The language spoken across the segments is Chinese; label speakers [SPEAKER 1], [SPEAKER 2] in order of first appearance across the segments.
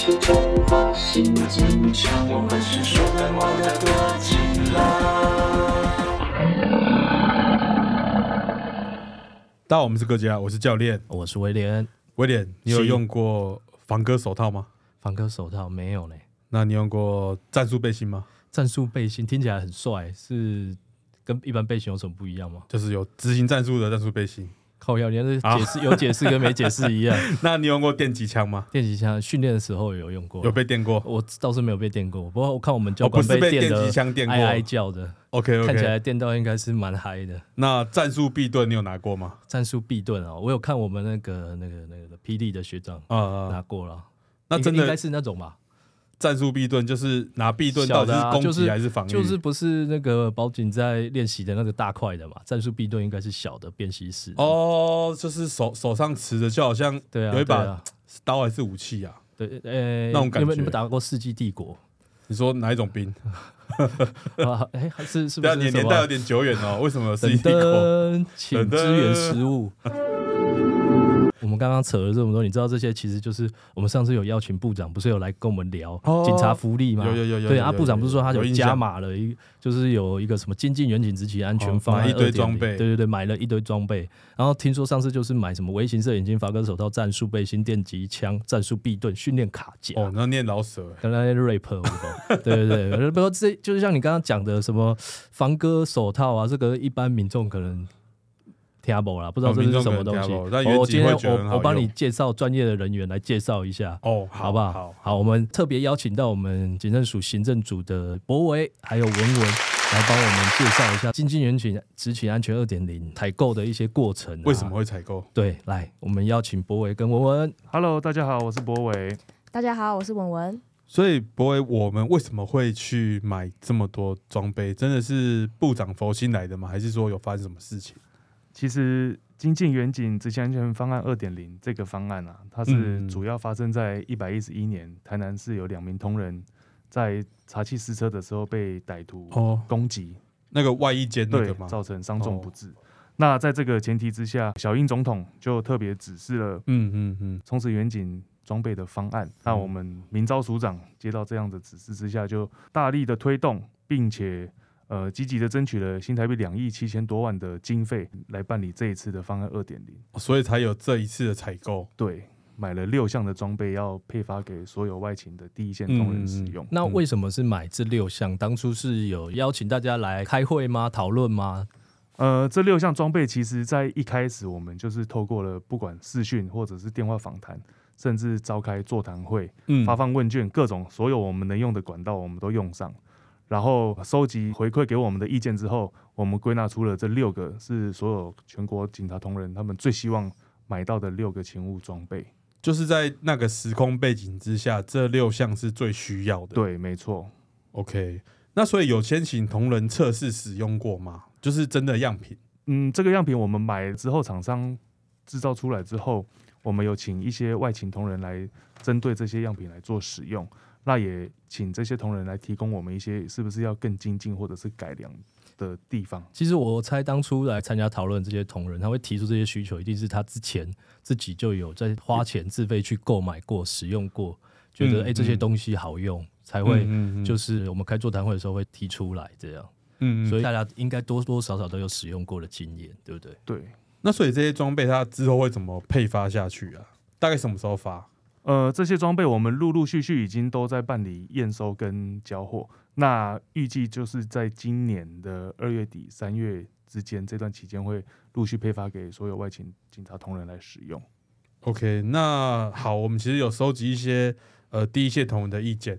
[SPEAKER 1] 是中华新机场，我们是属于我的国际
[SPEAKER 2] 大家好，我们是哥吉拉，我是教练
[SPEAKER 3] 我是威廉，
[SPEAKER 2] 威廉。你有
[SPEAKER 3] 是
[SPEAKER 2] 用过防割手套吗？
[SPEAKER 3] 防割手套没有呢。
[SPEAKER 2] 那你用过战术背心吗？
[SPEAKER 3] 战术背心听起来很帅，是跟一般背心有什么不一样吗？
[SPEAKER 2] 就是有执行战术的战术背心。
[SPEAKER 3] 靠要，你这
[SPEAKER 2] 啊
[SPEAKER 3] 解释、有解释跟 没解释一样。
[SPEAKER 2] 那你用过电击枪吗？
[SPEAKER 3] 电击枪训练的时候有用过，
[SPEAKER 2] 有被电过
[SPEAKER 3] 我倒是没有被电过，不过我看我们教
[SPEAKER 2] 哦不
[SPEAKER 3] 官
[SPEAKER 2] 是被
[SPEAKER 3] 电
[SPEAKER 2] 电
[SPEAKER 3] 的
[SPEAKER 2] 击枪电过
[SPEAKER 3] 哀哀叫的，
[SPEAKER 2] ？OK
[SPEAKER 3] 看
[SPEAKER 2] OK。
[SPEAKER 3] 起来电到应该是蛮嗨的。
[SPEAKER 2] 那战术避盾你有拿过吗？
[SPEAKER 3] 战术避盾啊、我有看我们那个那个那个霹雳的学长
[SPEAKER 2] 啊，
[SPEAKER 3] 拿过了，
[SPEAKER 2] 那
[SPEAKER 3] 应
[SPEAKER 2] 真
[SPEAKER 3] 应该
[SPEAKER 2] 的
[SPEAKER 3] 是那种吧，
[SPEAKER 2] 战术避盾就是拿避盾到
[SPEAKER 3] 小
[SPEAKER 2] 底
[SPEAKER 3] 的
[SPEAKER 2] 是
[SPEAKER 3] 啊
[SPEAKER 2] 攻
[SPEAKER 3] 就是
[SPEAKER 2] 击还是防御？
[SPEAKER 3] 就是不是那个保警在练习的那个大块的嘛？战术避盾应该是小的便携式的。
[SPEAKER 2] 哦，就是手手上持着，就好像
[SPEAKER 3] 对啊，
[SPEAKER 2] 有一把
[SPEAKER 3] 对啊
[SPEAKER 2] 刀还是武器啊？
[SPEAKER 3] 对，呃，
[SPEAKER 2] 那种感
[SPEAKER 3] 你们
[SPEAKER 2] 觉
[SPEAKER 3] 你们打过《世纪帝国
[SPEAKER 2] 你说哪一种兵？》
[SPEAKER 3] 啊？哎，还是是不
[SPEAKER 2] 对啊，
[SPEAKER 3] 是
[SPEAKER 2] 你的
[SPEAKER 3] 什
[SPEAKER 2] 年
[SPEAKER 3] 么
[SPEAKER 2] 代有点久远哦。为什 么有
[SPEAKER 3] 等
[SPEAKER 2] C D 国？
[SPEAKER 3] 等，请支援食物。我们刚刚扯了这么多，你知道这些其实就是我们上次有邀请部长，不是有来跟我们聊
[SPEAKER 2] 哦
[SPEAKER 3] 警察福利吗？
[SPEAKER 2] 有有有有
[SPEAKER 3] 对
[SPEAKER 2] 有
[SPEAKER 3] 啊，
[SPEAKER 2] 有
[SPEAKER 3] 部长
[SPEAKER 2] 有
[SPEAKER 3] 不是说他
[SPEAKER 2] 有
[SPEAKER 3] 有
[SPEAKER 2] 印
[SPEAKER 3] 加
[SPEAKER 2] 象
[SPEAKER 3] 码了一，就是有一个什么精进远景执勤安
[SPEAKER 2] 哦
[SPEAKER 3] 全方案
[SPEAKER 2] 买一堆
[SPEAKER 3] 2.0
[SPEAKER 2] 装备
[SPEAKER 3] 对对对，买了一堆装备。然后听说上次就是买什么微型摄影机、发根手套、战术背心、电击枪、战术避盾、训练卡夹。
[SPEAKER 2] 哦，那念老舍欸
[SPEAKER 3] 跟那些 rap 舞蹈 对对对，我就不过这就是像你刚刚讲的什么防割手套啊，这个一般民众可能听不懂啦，不知道这是什么东
[SPEAKER 2] 哦民众可能
[SPEAKER 3] 西。
[SPEAKER 2] 听不懂但
[SPEAKER 3] 我
[SPEAKER 2] 原
[SPEAKER 3] 我
[SPEAKER 2] 籍
[SPEAKER 3] 今
[SPEAKER 2] 会
[SPEAKER 3] 天
[SPEAKER 2] 觉得很好
[SPEAKER 3] 我我帮
[SPEAKER 2] 用
[SPEAKER 3] 你介绍专业的人员来介绍一下，
[SPEAKER 2] 哦，
[SPEAKER 3] 好不好？
[SPEAKER 2] 好，
[SPEAKER 3] 我们特别邀请到我们警政署行政组的博维还有文文来帮我们介绍一下经济人群执勤安全二点零采购的一些过程、啊
[SPEAKER 2] 为什么？会采购？
[SPEAKER 3] 对，来，我们邀请博维跟文文。
[SPEAKER 4] Hello，大家好，我是博伟。
[SPEAKER 5] 大家好，我是文文。
[SPEAKER 2] 所以博伟，我们为什么会去买这么多装备？真的是部长佛心来的吗？还是说有发生什么事情？
[SPEAKER 4] 其实精进远景执行安全方案二点零这个方案啊，它是
[SPEAKER 2] 嗯
[SPEAKER 4] 主要发生在一百一十一年台南市有两名同仁在查缉私车的时候被歹徒
[SPEAKER 2] 哦，
[SPEAKER 4] 攻击，
[SPEAKER 2] 那个外衣间那
[SPEAKER 4] 对
[SPEAKER 2] 个，吗？
[SPEAKER 4] 造成伤重
[SPEAKER 2] 哦
[SPEAKER 4] 不治。那在这个前提之下，小英总统就特别指示了
[SPEAKER 2] 嗯嗯嗯，
[SPEAKER 4] 充实远景装备的方案。那我们明招署长接到这样的指示之下，就大力的推动，并且呃积极的争取了新台币两亿七千多万的经费来办理这一次的方案二点零。
[SPEAKER 2] 所以才有这一次的采购。
[SPEAKER 4] 对，买了六项的装备要配发给所有外勤的第一线同仁使用。
[SPEAKER 2] 嗯
[SPEAKER 3] 那为什么是买这六项？当初是有邀请大家来开会吗？讨论吗？
[SPEAKER 4] 呃，这六项装备其实在一开始我们就是透过了不管视讯或者是电话访谈，甚至召开座谈会，
[SPEAKER 2] 嗯
[SPEAKER 4] 发放问卷，各种所有我们能用的管道我们都用上，然后收集回馈给我们的意见之后，我们归纳出了这六个是所有全国警察同仁他们最希望买到的六个勤务装备。
[SPEAKER 2] 就是在那个时空背景之下，这六项是最需要的。
[SPEAKER 4] 对，没错。
[SPEAKER 2] ，OK。那所以有先请同仁测试使用过吗？就是真的样品。
[SPEAKER 4] 嗯，这个样品我们买了之后，厂商制造出来之后，我们有请一些外勤同仁来针对这些样品来做使用。那也请这些同仁来提供我们一些是不是要更精进或者是改良的地方。
[SPEAKER 3] 其实我猜，当初来参加讨论这些同仁，他会提出这些需求，一定是他之前自己就有在花钱自费去购买过、使用过，觉得
[SPEAKER 2] 嗯
[SPEAKER 3] 哎、诶这些
[SPEAKER 2] 嗯
[SPEAKER 3] 东西好用，才会
[SPEAKER 2] 嗯
[SPEAKER 3] 就是我们开座谈会的时候会提出来这样。
[SPEAKER 2] 嗯
[SPEAKER 3] 所
[SPEAKER 2] 以
[SPEAKER 3] 以大家应该多多少少都有使用过的经验，对不对？
[SPEAKER 4] 对，
[SPEAKER 2] 那所以这些装备它之后会怎么配发下去啊？大概什么时候发？
[SPEAKER 4] 呃，这些装备我们陆陆续续已经都在办理验收跟交货，那预计就是在今年的二月底三月之间这段期间会陆续配发给所有外勤警察同仁来使用。
[SPEAKER 2] OK，那好，我们其实有收集一些呃第一线同仁的意见。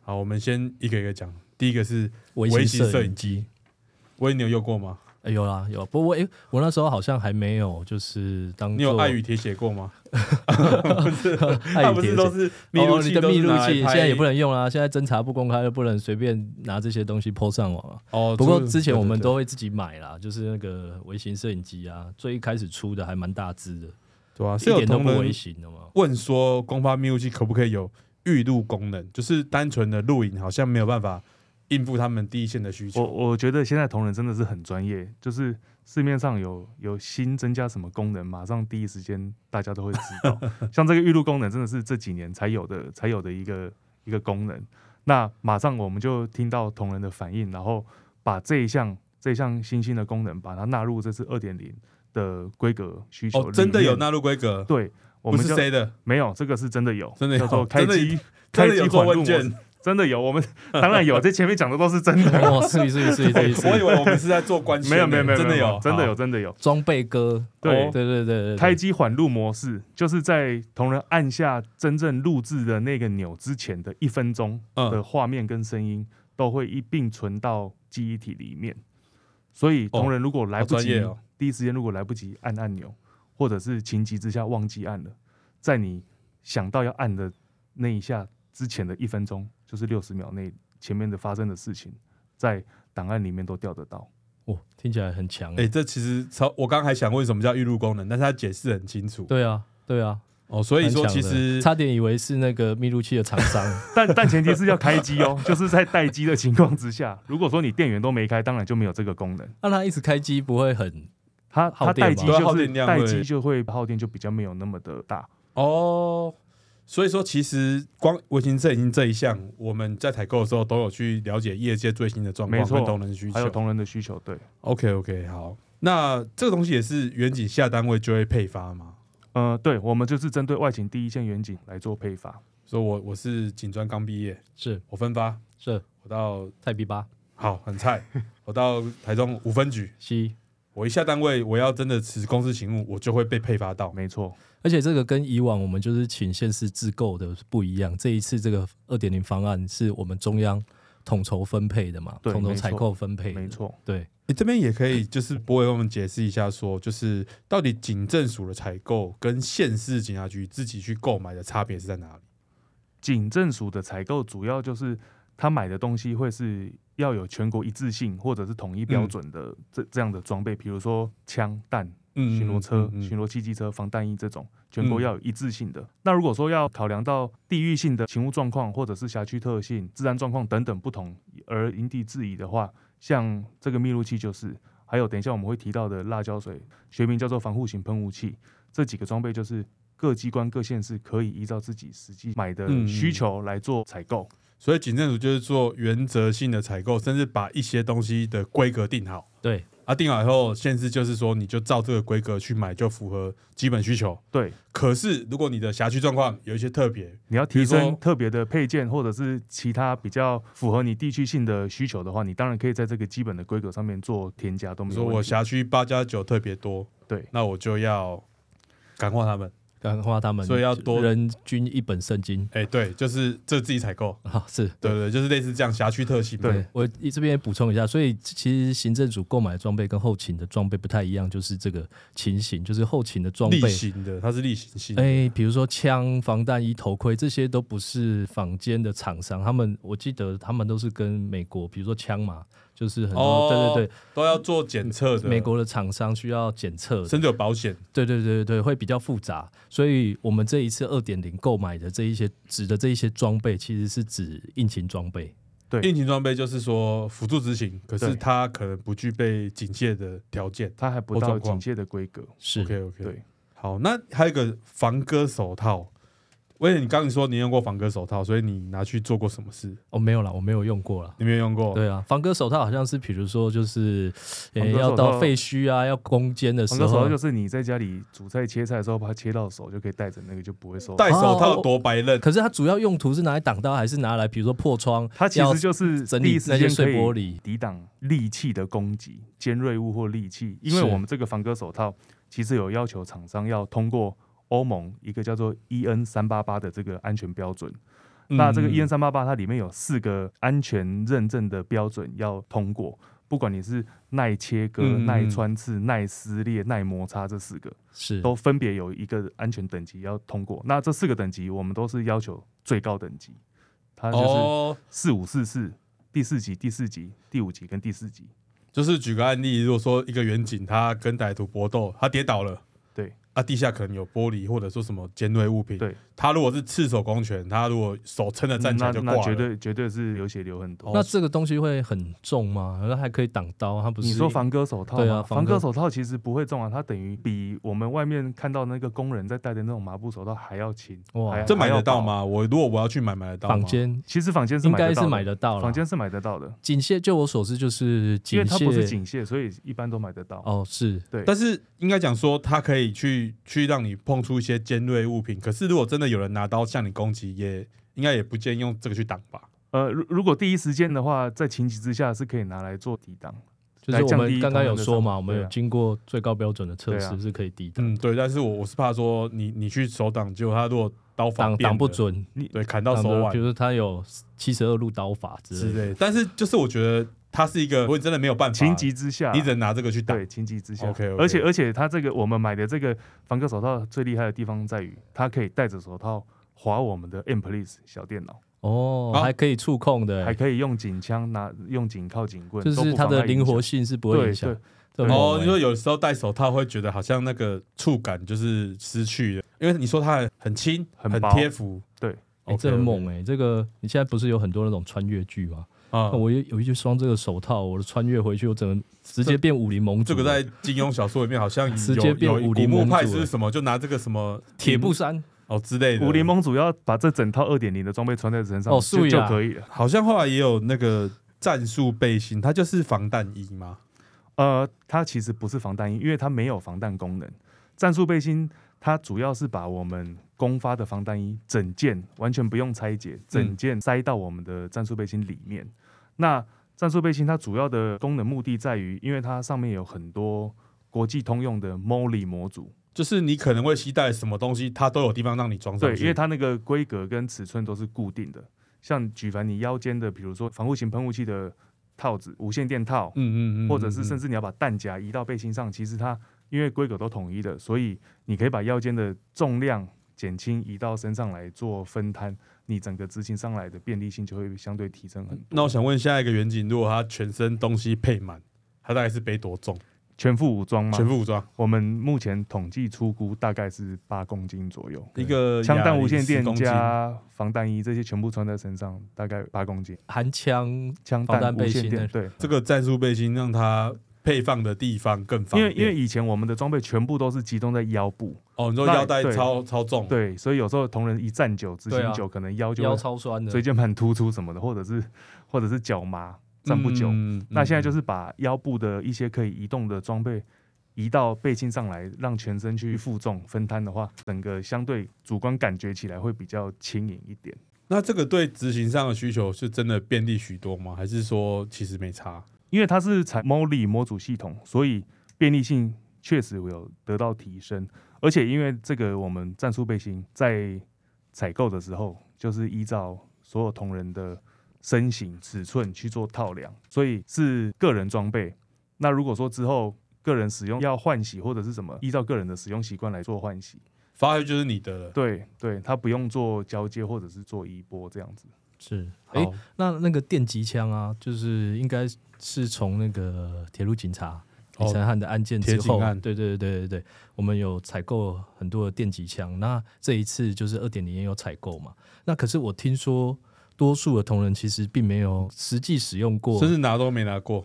[SPEAKER 2] 好，我们先一个一个讲。第一个是微
[SPEAKER 3] 微
[SPEAKER 2] 型
[SPEAKER 3] 型
[SPEAKER 2] 摄
[SPEAKER 3] 摄
[SPEAKER 2] 影
[SPEAKER 3] 影
[SPEAKER 2] 机，威你有用过吗？
[SPEAKER 3] 诶有啦有，不过哎、诶我那时候好像还没有，就是当
[SPEAKER 2] 你有
[SPEAKER 3] 做
[SPEAKER 2] 爱与铁写过吗？
[SPEAKER 3] 爱
[SPEAKER 2] 它
[SPEAKER 3] 与
[SPEAKER 2] 不是
[SPEAKER 3] 贴
[SPEAKER 2] 都
[SPEAKER 3] 纸
[SPEAKER 2] 是密录
[SPEAKER 3] 哦你
[SPEAKER 2] 器
[SPEAKER 3] 的
[SPEAKER 2] 都是
[SPEAKER 3] 密录
[SPEAKER 2] 拿来
[SPEAKER 3] 器
[SPEAKER 2] 拍
[SPEAKER 3] 现在也不能用啦、啊现在侦查不公开了，不能随便拿这些东西 PO 上网啊。
[SPEAKER 2] 哦。
[SPEAKER 3] 不过
[SPEAKER 2] 就是
[SPEAKER 3] 之前我们
[SPEAKER 2] 对对
[SPEAKER 3] 都会自己买啦，就是那个微型摄影机啊，最一开始出的还蛮大只的，
[SPEAKER 2] 对对啊，是
[SPEAKER 3] 一
[SPEAKER 2] 有
[SPEAKER 3] 点都
[SPEAKER 2] 同
[SPEAKER 3] 不微
[SPEAKER 2] 仁
[SPEAKER 3] 型的嘛。
[SPEAKER 2] 问说，公发密录器可不可以有预录功能？就是单纯的录影好像没有办法应付他们第一线的需
[SPEAKER 4] 我
[SPEAKER 2] 求。
[SPEAKER 4] 我觉得现在同仁真的是很专业，就是市面上有有新增加什么功能，马上第一时间大家都会知道。 像这个预录功能，真的是这几年才有的才有的一个一个功能。那马上我们就听到同仁的反应，然后把这一项这一项新兴的功能，把它纳入这次二点零的规格需求
[SPEAKER 2] 哦，
[SPEAKER 4] 里面。
[SPEAKER 2] 真的有纳入规格，
[SPEAKER 4] 对，我
[SPEAKER 2] 不
[SPEAKER 4] 们
[SPEAKER 2] 是
[SPEAKER 4] 就
[SPEAKER 2] 谁的，
[SPEAKER 4] 没有这个是真的有，
[SPEAKER 2] 真的有
[SPEAKER 4] 叫做开
[SPEAKER 2] 真的
[SPEAKER 4] 机
[SPEAKER 2] 真
[SPEAKER 4] 开
[SPEAKER 2] 的
[SPEAKER 4] 机
[SPEAKER 2] 有做
[SPEAKER 4] 款入
[SPEAKER 2] 问
[SPEAKER 4] 模
[SPEAKER 2] 卷
[SPEAKER 4] 式，。 真的有，我们当然有，这前面讲的都是 真
[SPEAKER 2] 啊
[SPEAKER 4] 的。
[SPEAKER 3] 哦，是是是是
[SPEAKER 2] 我以
[SPEAKER 3] 是，
[SPEAKER 2] 为我们是在做 关系，
[SPEAKER 4] 没有没有没有，
[SPEAKER 2] 真的
[SPEAKER 4] 没
[SPEAKER 2] 有
[SPEAKER 4] 真的有
[SPEAKER 2] 好
[SPEAKER 4] 真的有。
[SPEAKER 3] 装备哥，
[SPEAKER 4] 对
[SPEAKER 3] 哦对对对对，对
[SPEAKER 4] 开机缓录模式就是在同仁按下真正录制的那个钮之前的一分钟的
[SPEAKER 2] 嗯，
[SPEAKER 4] 画面跟声音都会一并存到记忆体里面，所以同仁如果来
[SPEAKER 2] 好
[SPEAKER 4] 不
[SPEAKER 2] 专
[SPEAKER 4] 及，
[SPEAKER 2] 业哦，
[SPEAKER 4] 第一时间如果来不及按按钮，或者是情急之下忘记按了，在你想到要按的那一下之前的一分钟，就是六十秒内前面的发生的事情，在档案里面都调得到。
[SPEAKER 3] 哦，听起来很强欸
[SPEAKER 2] 哎、，这其实超，我刚还想问什么叫预录功能，但是他解释很清楚。
[SPEAKER 3] 对啊对啊，
[SPEAKER 2] 哦，所以
[SPEAKER 3] 蛮
[SPEAKER 2] 说
[SPEAKER 3] 强
[SPEAKER 2] 其
[SPEAKER 3] 的
[SPEAKER 2] 实
[SPEAKER 3] 差点以为是那个密录器的厂 商，啊
[SPEAKER 4] 但但前提是要开机哦，就是在待机的情况之下，如果说你电源都没开，当然就没有这个功能。
[SPEAKER 3] 那他一直开机不会很
[SPEAKER 4] 它
[SPEAKER 3] 耗
[SPEAKER 4] 它
[SPEAKER 3] 电
[SPEAKER 4] 待
[SPEAKER 3] 吗
[SPEAKER 4] 机
[SPEAKER 2] 对啊耗
[SPEAKER 4] 就
[SPEAKER 2] 电
[SPEAKER 4] 是
[SPEAKER 2] 量
[SPEAKER 4] 待
[SPEAKER 2] 会
[SPEAKER 4] 机就会耗电就比较没有那么的大。
[SPEAKER 2] 哦，所以说其实光微型摄影这一项，我们在采购的时候都有去了解业界最新的状况
[SPEAKER 4] 没错
[SPEAKER 2] 跟同仁需
[SPEAKER 4] 还有
[SPEAKER 2] 求。
[SPEAKER 4] 同仁的需求，对，
[SPEAKER 2] OK OK，好，那这个东西也是原景下单位就会配发嘛？
[SPEAKER 4] 呃，对，我们就是针对外勤第一线远景来做配发。
[SPEAKER 2] 所以我我是警专刚毕业，
[SPEAKER 3] 是
[SPEAKER 2] 我分发，
[SPEAKER 3] 是
[SPEAKER 2] 我到
[SPEAKER 3] 太逼吧
[SPEAKER 2] 好很菜，我到台中五分局，
[SPEAKER 3] 西，
[SPEAKER 2] 我一下单位，我要真的持公司勤务，我就会被配发到。
[SPEAKER 4] 没错，
[SPEAKER 3] 而且这个跟以往我们就是请县市自购的不一样，这一次这个二点零方案是我们中央统筹分配的嘛，
[SPEAKER 4] 对
[SPEAKER 3] 统筹
[SPEAKER 4] 没错
[SPEAKER 3] 采购分配的，
[SPEAKER 4] 没错。
[SPEAKER 3] 对，
[SPEAKER 2] 你这边也可以就是不会跟我们解释一下说，就是到底警政署的采购跟县市警察局自己去购买的差别是在哪里？
[SPEAKER 4] 警政署的采购主要就是他买的东西会是要有全国一致性或者是统一标
[SPEAKER 2] 嗯
[SPEAKER 4] 准的这、这样的装备，比如说枪弹、
[SPEAKER 2] 嗯
[SPEAKER 4] 巡逻车、
[SPEAKER 2] 嗯嗯
[SPEAKER 4] 巡逻汽机车、防弹衣这种，全国
[SPEAKER 2] 嗯
[SPEAKER 4] 要有一致性的。那如果说要考量到地域性的勤务状况，或者是辖区特性、治安状况等等不同而因地制宜的话，像这个密录器就是，还有等一下我们会提到的辣椒水，学名叫做防护型喷雾器，这几个装备就是。各机关各县市可以依照自己实际买的
[SPEAKER 2] 嗯嗯
[SPEAKER 4] 需求来做采购，
[SPEAKER 2] 所以警政署就是做原则性的采购，甚至把一些东西的规格定好。
[SPEAKER 3] 对，
[SPEAKER 2] 啊，定好以后，县市就是说你就照这个规格去买，就符合基本需求。
[SPEAKER 4] 对，
[SPEAKER 2] 可是如果你的辖区状况有一些特别，
[SPEAKER 4] 你要
[SPEAKER 2] 比
[SPEAKER 4] 提
[SPEAKER 2] 如说
[SPEAKER 4] 升特别的配件，或者是其他比较符合你地区性的需求的话，你当然可以在这个基本的规格上面做添加，都
[SPEAKER 2] 比
[SPEAKER 4] 没
[SPEAKER 2] 如
[SPEAKER 4] 有
[SPEAKER 2] 说我
[SPEAKER 4] 问题。
[SPEAKER 2] 辖区八加九特别多，
[SPEAKER 4] 对
[SPEAKER 2] 那我就要感化他们。
[SPEAKER 3] 感化他们，
[SPEAKER 2] 所以要多
[SPEAKER 3] 人均一本圣经
[SPEAKER 2] 哎、对，就是这自己采购，
[SPEAKER 3] 啊，是。
[SPEAKER 2] 对对，就是类似这样辖区特性嘛。
[SPEAKER 4] 对
[SPEAKER 3] 我一这边也补充一下，所以其实行政组购买的装备跟后勤的装备不太一样，就是这个情形，就是后勤的装备
[SPEAKER 2] 例，行的，它是例行性的。
[SPEAKER 3] 哎，
[SPEAKER 4] 啊
[SPEAKER 3] 比如说枪、防弹衣、头盔，这些都不是坊间的厂商，他们我记得他们都是跟美国，比如说枪嘛，就是很多、
[SPEAKER 2] 哦
[SPEAKER 3] 对对
[SPEAKER 2] 都要做检测的。
[SPEAKER 3] 对，美国的厂商需要检测的，
[SPEAKER 2] 甚至有保险，
[SPEAKER 3] 对对对对对，会比较复杂，所以我们这一次二点零购买的这一些指的这一些装备，其实是指应勤装备，
[SPEAKER 4] 对
[SPEAKER 2] 应勤装备就是说辅助执行，可是
[SPEAKER 4] 对
[SPEAKER 2] 它可能不具备警戒的条件。
[SPEAKER 4] 它还不
[SPEAKER 2] 我
[SPEAKER 4] 到
[SPEAKER 2] 状况
[SPEAKER 4] 警戒的规格。
[SPEAKER 3] 是
[SPEAKER 2] OK OK，
[SPEAKER 4] 对，
[SPEAKER 2] 好，那还有一个防割手套。威廉，你刚刚说你用过防割手套，所以你拿去做过什么事？
[SPEAKER 3] 哦，没有啦，我没有用过啦。
[SPEAKER 2] 你没有用过？，
[SPEAKER 3] 对啊，防割手套好像是，比如说就是，呃，
[SPEAKER 4] 哦防割手
[SPEAKER 3] 要到
[SPEAKER 4] 套
[SPEAKER 3] 废墟啊，要攻坚的时
[SPEAKER 4] 黄
[SPEAKER 3] 候，
[SPEAKER 4] 哥手套就是你在家里煮菜切菜的时候，把它切到手就可以戴着，那个就不会受。
[SPEAKER 2] 戴手
[SPEAKER 3] 哦
[SPEAKER 2] 套
[SPEAKER 3] 哦
[SPEAKER 2] 多白刃，
[SPEAKER 3] 可是它主要用途是拿来挡刀，还是拿来比如说破窗？
[SPEAKER 4] 它其
[SPEAKER 3] 要
[SPEAKER 4] 实就是
[SPEAKER 3] 整
[SPEAKER 4] 第一
[SPEAKER 3] 理那
[SPEAKER 4] 时
[SPEAKER 3] 些
[SPEAKER 4] 间
[SPEAKER 3] 碎玻
[SPEAKER 4] 可以
[SPEAKER 3] 璃。
[SPEAKER 4] 抵挡利器的攻击、尖锐物或利器，因为
[SPEAKER 3] 是
[SPEAKER 4] 我们这个防割手套其实有要求厂商要通过欧盟一个叫做 EN 三八八的这个安全标准。那这个
[SPEAKER 2] 嗯
[SPEAKER 4] EN 三八八它里面有四个安全认证的标准要通过，不管你是耐切割、
[SPEAKER 2] 嗯嗯嗯
[SPEAKER 4] 耐穿刺、耐撕裂、耐摩擦这四个，
[SPEAKER 3] 是
[SPEAKER 4] 都分别有一个安全等级要通过。那这四个等级我们都是要求最高等级，它就是
[SPEAKER 2] 哦，
[SPEAKER 4] 四五四四第四级、第四级、第五级跟第四级。
[SPEAKER 2] 就是举个案例，如果说一个远景他跟歹徒搏斗，他跌倒了，
[SPEAKER 4] 对，
[SPEAKER 2] 啊，地下可能有玻璃或者说什么尖锐物品。
[SPEAKER 4] 对，
[SPEAKER 2] 他如果是赤手空拳，他如果手撑着站起
[SPEAKER 4] 那
[SPEAKER 2] 来就挂
[SPEAKER 4] 那
[SPEAKER 2] 了。
[SPEAKER 4] 绝对绝对是流血流很多。
[SPEAKER 3] 那这个东西会很重吗？那还可以挡刀，它不是？
[SPEAKER 4] 你说防割手套吗？
[SPEAKER 3] 对啊防
[SPEAKER 4] 防
[SPEAKER 3] 割
[SPEAKER 4] 割手套其实不会重啊，它等于比我们外面看到那个工人在戴的那种麻布手套还要轻。
[SPEAKER 3] 哇
[SPEAKER 4] 还
[SPEAKER 2] 这买
[SPEAKER 4] 还
[SPEAKER 2] 得
[SPEAKER 4] 要
[SPEAKER 2] 到
[SPEAKER 4] 薄
[SPEAKER 2] 吗？我如果我要去买，买得到吗？
[SPEAKER 3] 坊间
[SPEAKER 4] 其实坊间是
[SPEAKER 3] 应
[SPEAKER 4] 买
[SPEAKER 3] 该
[SPEAKER 4] 得到
[SPEAKER 3] 是
[SPEAKER 4] 的
[SPEAKER 3] 买得到啦
[SPEAKER 4] 坊间是买得到的，
[SPEAKER 3] 警械，就我所知就是
[SPEAKER 4] 因
[SPEAKER 3] 警
[SPEAKER 4] 为它不是
[SPEAKER 3] 械
[SPEAKER 4] 警械，所以一般都买得到。
[SPEAKER 3] 哦，是
[SPEAKER 4] 对，
[SPEAKER 2] 但是应该讲说，它可以去去让你碰触一些尖锐物品。可是如果真的有人拿刀向你攻击，也应该也不建议用这个去挡吧？
[SPEAKER 4] 呃，如如果第一时间的话，在情急之下是可以拿来做抵挡。
[SPEAKER 3] 就是我
[SPEAKER 4] 来降
[SPEAKER 3] 们
[SPEAKER 4] 低
[SPEAKER 3] 刚刚有说
[SPEAKER 4] 他们的伤
[SPEAKER 3] 嘛，
[SPEAKER 4] 害
[SPEAKER 3] 我们有
[SPEAKER 4] 对啊
[SPEAKER 3] 经过最高标准的测
[SPEAKER 4] 对
[SPEAKER 3] 试
[SPEAKER 4] 啊
[SPEAKER 3] 是可以抵挡，
[SPEAKER 2] 嗯，对。但是我我是怕说你你去手挡，结果他如果刀法
[SPEAKER 3] 挡
[SPEAKER 2] 变
[SPEAKER 3] 挡不
[SPEAKER 2] 了，
[SPEAKER 3] 准，
[SPEAKER 2] 对，砍到
[SPEAKER 3] 挡
[SPEAKER 2] 手
[SPEAKER 3] 的，
[SPEAKER 2] 腕
[SPEAKER 3] 比如说它有七十二路刀法之
[SPEAKER 2] 之
[SPEAKER 3] 类的。
[SPEAKER 2] 类的。但是就是我觉得它是一个，如果你真的没有办法，
[SPEAKER 4] 情急之下，
[SPEAKER 2] 你只能拿这个去挡。
[SPEAKER 4] 对情急之下。
[SPEAKER 2] OK，OK
[SPEAKER 4] 而且而且它这个我们买的这个防割手套最厉害的地方在于，它可以戴着手套划我们的 M Please 小电脑，
[SPEAKER 3] 哦，
[SPEAKER 2] 啊
[SPEAKER 3] 还可以触控的
[SPEAKER 4] 还
[SPEAKER 3] 欸，
[SPEAKER 4] 可以用警枪拿用警铐警棍，
[SPEAKER 3] 就
[SPEAKER 4] 都不
[SPEAKER 3] 是它
[SPEAKER 4] 妨碍
[SPEAKER 3] 的
[SPEAKER 4] 影
[SPEAKER 3] 灵活
[SPEAKER 4] 响
[SPEAKER 3] 性是不会
[SPEAKER 4] 对
[SPEAKER 3] 影响
[SPEAKER 4] 对。
[SPEAKER 3] 这么
[SPEAKER 2] 哦，
[SPEAKER 3] 猛
[SPEAKER 2] 你
[SPEAKER 3] 欸
[SPEAKER 2] 说有时候戴手套会觉得好像那个触感就是失去了，因为你说它很轻，
[SPEAKER 4] 很
[SPEAKER 2] 很
[SPEAKER 4] 薄
[SPEAKER 2] 贴服，
[SPEAKER 4] 对，
[SPEAKER 3] 哎、这很猛哎、这个你现在不是有很多那种穿越剧吗？
[SPEAKER 2] 啊
[SPEAKER 3] 那！我有有一双这个手套，我穿越回去，我整个直接变武林盟主
[SPEAKER 2] 这个
[SPEAKER 3] 了。
[SPEAKER 2] 在金庸小说里面好像
[SPEAKER 3] 直
[SPEAKER 2] 有
[SPEAKER 3] 接变
[SPEAKER 2] 有
[SPEAKER 3] 武
[SPEAKER 2] 古
[SPEAKER 3] 林
[SPEAKER 2] 墓
[SPEAKER 3] 盟
[SPEAKER 2] 派
[SPEAKER 3] 主
[SPEAKER 2] 是
[SPEAKER 3] 了
[SPEAKER 2] 什么，就拿这个什么
[SPEAKER 3] 铁布
[SPEAKER 2] 银
[SPEAKER 3] 衫
[SPEAKER 2] 哦之类的。
[SPEAKER 4] 武林盟主要把这整套二点零的装备穿在身上，
[SPEAKER 3] 哦
[SPEAKER 4] 就
[SPEAKER 3] 素
[SPEAKER 4] 就
[SPEAKER 3] 雅
[SPEAKER 4] 可以了。
[SPEAKER 2] 好像后来也有那个战术背心，它就是防弹衣嘛。
[SPEAKER 4] 呃，它其实不是防弹衣，因为它没有防弹功能。战术背心它主要是把我们公发的防弹衣整件完全不用拆解，
[SPEAKER 3] 嗯
[SPEAKER 4] 整件塞到我们的战术背心里面。那战术背心它主要的功能目的在于，因为它上面有很多国际通用的 Molly 模组，
[SPEAKER 2] 就是你可能会携带什么东西，它都有地方让你装上
[SPEAKER 4] 对，
[SPEAKER 2] 去
[SPEAKER 4] 因为它那个规格跟尺寸都是固定的。像举凡你腰间的，比如说防护型喷雾器的套子、无线电套，
[SPEAKER 2] 嗯嗯嗯，
[SPEAKER 4] 或者是甚
[SPEAKER 2] 至
[SPEAKER 4] 至你要把弹夹移到背心上，其实它因为规格都统一的，所以你可以把腰间的重量减轻移到身上来做分摊，你整个执行上来的便利性就会相对提升很多。
[SPEAKER 2] 那我想问下一个远景，如果他全身东西配满，他大概是背多重？
[SPEAKER 4] 全副武装吗？
[SPEAKER 2] 全副武装，
[SPEAKER 4] 我们目前统计出估大概是八公斤左右。
[SPEAKER 2] 一个
[SPEAKER 4] 枪
[SPEAKER 2] 哑
[SPEAKER 4] 弹
[SPEAKER 2] 铃
[SPEAKER 4] 无线电
[SPEAKER 2] 10公斤
[SPEAKER 4] 加防弹衣这些全部穿在身上，大概八公斤。
[SPEAKER 3] 含枪，
[SPEAKER 4] 枪
[SPEAKER 3] 防
[SPEAKER 4] 弹
[SPEAKER 3] 弹
[SPEAKER 4] 无
[SPEAKER 3] 背
[SPEAKER 4] 线
[SPEAKER 3] 心
[SPEAKER 4] 电
[SPEAKER 3] 的
[SPEAKER 4] 对，嗯
[SPEAKER 2] 这个战术背心让它配放的地方更方
[SPEAKER 4] 因
[SPEAKER 2] 便。
[SPEAKER 4] 为因为以前我们的装备全部都是集中在腰部，
[SPEAKER 2] 哦，你说
[SPEAKER 4] 那
[SPEAKER 2] 腰带
[SPEAKER 4] 对
[SPEAKER 2] 超超重，
[SPEAKER 4] 对，所以有时候同仁一站久、执
[SPEAKER 3] 嗯对啊
[SPEAKER 4] 行久，可能腰就会
[SPEAKER 3] 腰超酸的
[SPEAKER 4] 椎，间盘突出什么的，或者是或者是脚麻站不久。
[SPEAKER 2] 嗯
[SPEAKER 4] 那现在就
[SPEAKER 2] 嗯
[SPEAKER 4] 是把腰部的一些可以移动的装备移到背心上来，让全身去负重分摊的话，整个相对主观感觉起来会比较轻盈一点。
[SPEAKER 2] 那这个对执行上的需求是真的便利许多吗？还是说其实没差？
[SPEAKER 4] 因为它是采 Molly 模组系统，所以便利性确实有得到提升。而且因为这个，我们战术背心在采购的时候，就是依照所有同仁的身形尺寸去做套量，所以是个人装备。那如果说之后个人使用要换洗或者是什么，依照个人的使用习惯来做换洗。
[SPEAKER 2] 发挥就是你的了。
[SPEAKER 4] 对对，它不用做交接或者是做移拨这样子。
[SPEAKER 3] 是。哎、
[SPEAKER 2] 好，
[SPEAKER 3] 那那个电击枪啊，就是应该是从那个铁路警察
[SPEAKER 2] 哦
[SPEAKER 3] 李承汉的案件之
[SPEAKER 2] 铁
[SPEAKER 3] 后
[SPEAKER 2] 警案，
[SPEAKER 3] 对对对对对对，我们有采购很多的电击枪。那这一次就是二点零也有采购嘛。那可是我听说，多数的同仁其实并没有实际使用过，
[SPEAKER 2] 甚至拿都没拿过。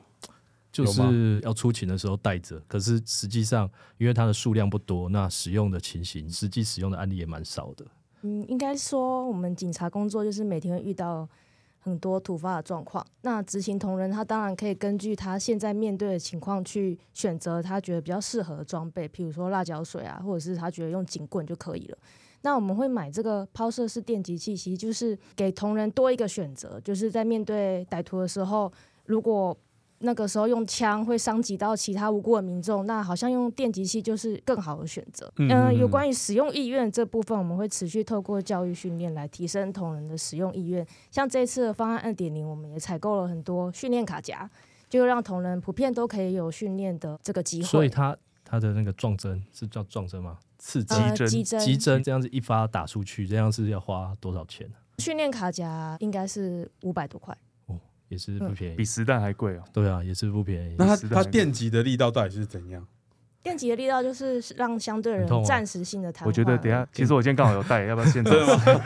[SPEAKER 3] 就
[SPEAKER 2] 有吗
[SPEAKER 3] 是要出勤的时候带着，可是实际上因为它的数量不多，那使用的情形，实际使用的案例也蛮少的。
[SPEAKER 5] 嗯，应该说我们警察工作就是每天会遇到很多突发的状况。那执行同仁他当然可以根据他现在面对的情况去选择他觉得比较适合的装备，譬如说辣椒水啊，或者是他觉得用警棍就可以了。那我们会买这个抛射式电击器，其实就是给同仁多一个选择，就是在面对歹徒的时候，如果那个时候用枪会伤及到其他无辜的民众，那好像用电击器就是更好的选择。
[SPEAKER 2] 嗯
[SPEAKER 5] 嗯、
[SPEAKER 2] 嗯
[SPEAKER 5] 有
[SPEAKER 2] 嗯
[SPEAKER 5] 关于使用意愿这部分，我们会持续透过教育训练来提升同仁的使用意愿。像这次的方案二点零，我们也采购了很多训练卡夹，就让同仁普遍都可以有训练的这个机会。
[SPEAKER 3] 所以它它的那个撞针是叫撞针吗？刺针、
[SPEAKER 5] 呃，
[SPEAKER 4] 针
[SPEAKER 5] 激针、
[SPEAKER 3] 击针这样子一发打出去，这样是要花多少钱？
[SPEAKER 5] 训练卡夹应该是五百多块。
[SPEAKER 3] 也是不便宜
[SPEAKER 5] 嗯
[SPEAKER 4] 比，实弹还贵哦、
[SPEAKER 3] 对啊，也是不便宜。
[SPEAKER 2] 那它
[SPEAKER 4] 是的
[SPEAKER 2] 它
[SPEAKER 4] 没错
[SPEAKER 2] 电击的力道到底是怎样？
[SPEAKER 5] 电击的力道就是让相对
[SPEAKER 3] 很痛
[SPEAKER 5] 人
[SPEAKER 3] 吗
[SPEAKER 5] 暂时性的瘫痪。
[SPEAKER 4] 啊我觉得等一下，其实我今天刚好有带，要不要现场？
[SPEAKER 2] 等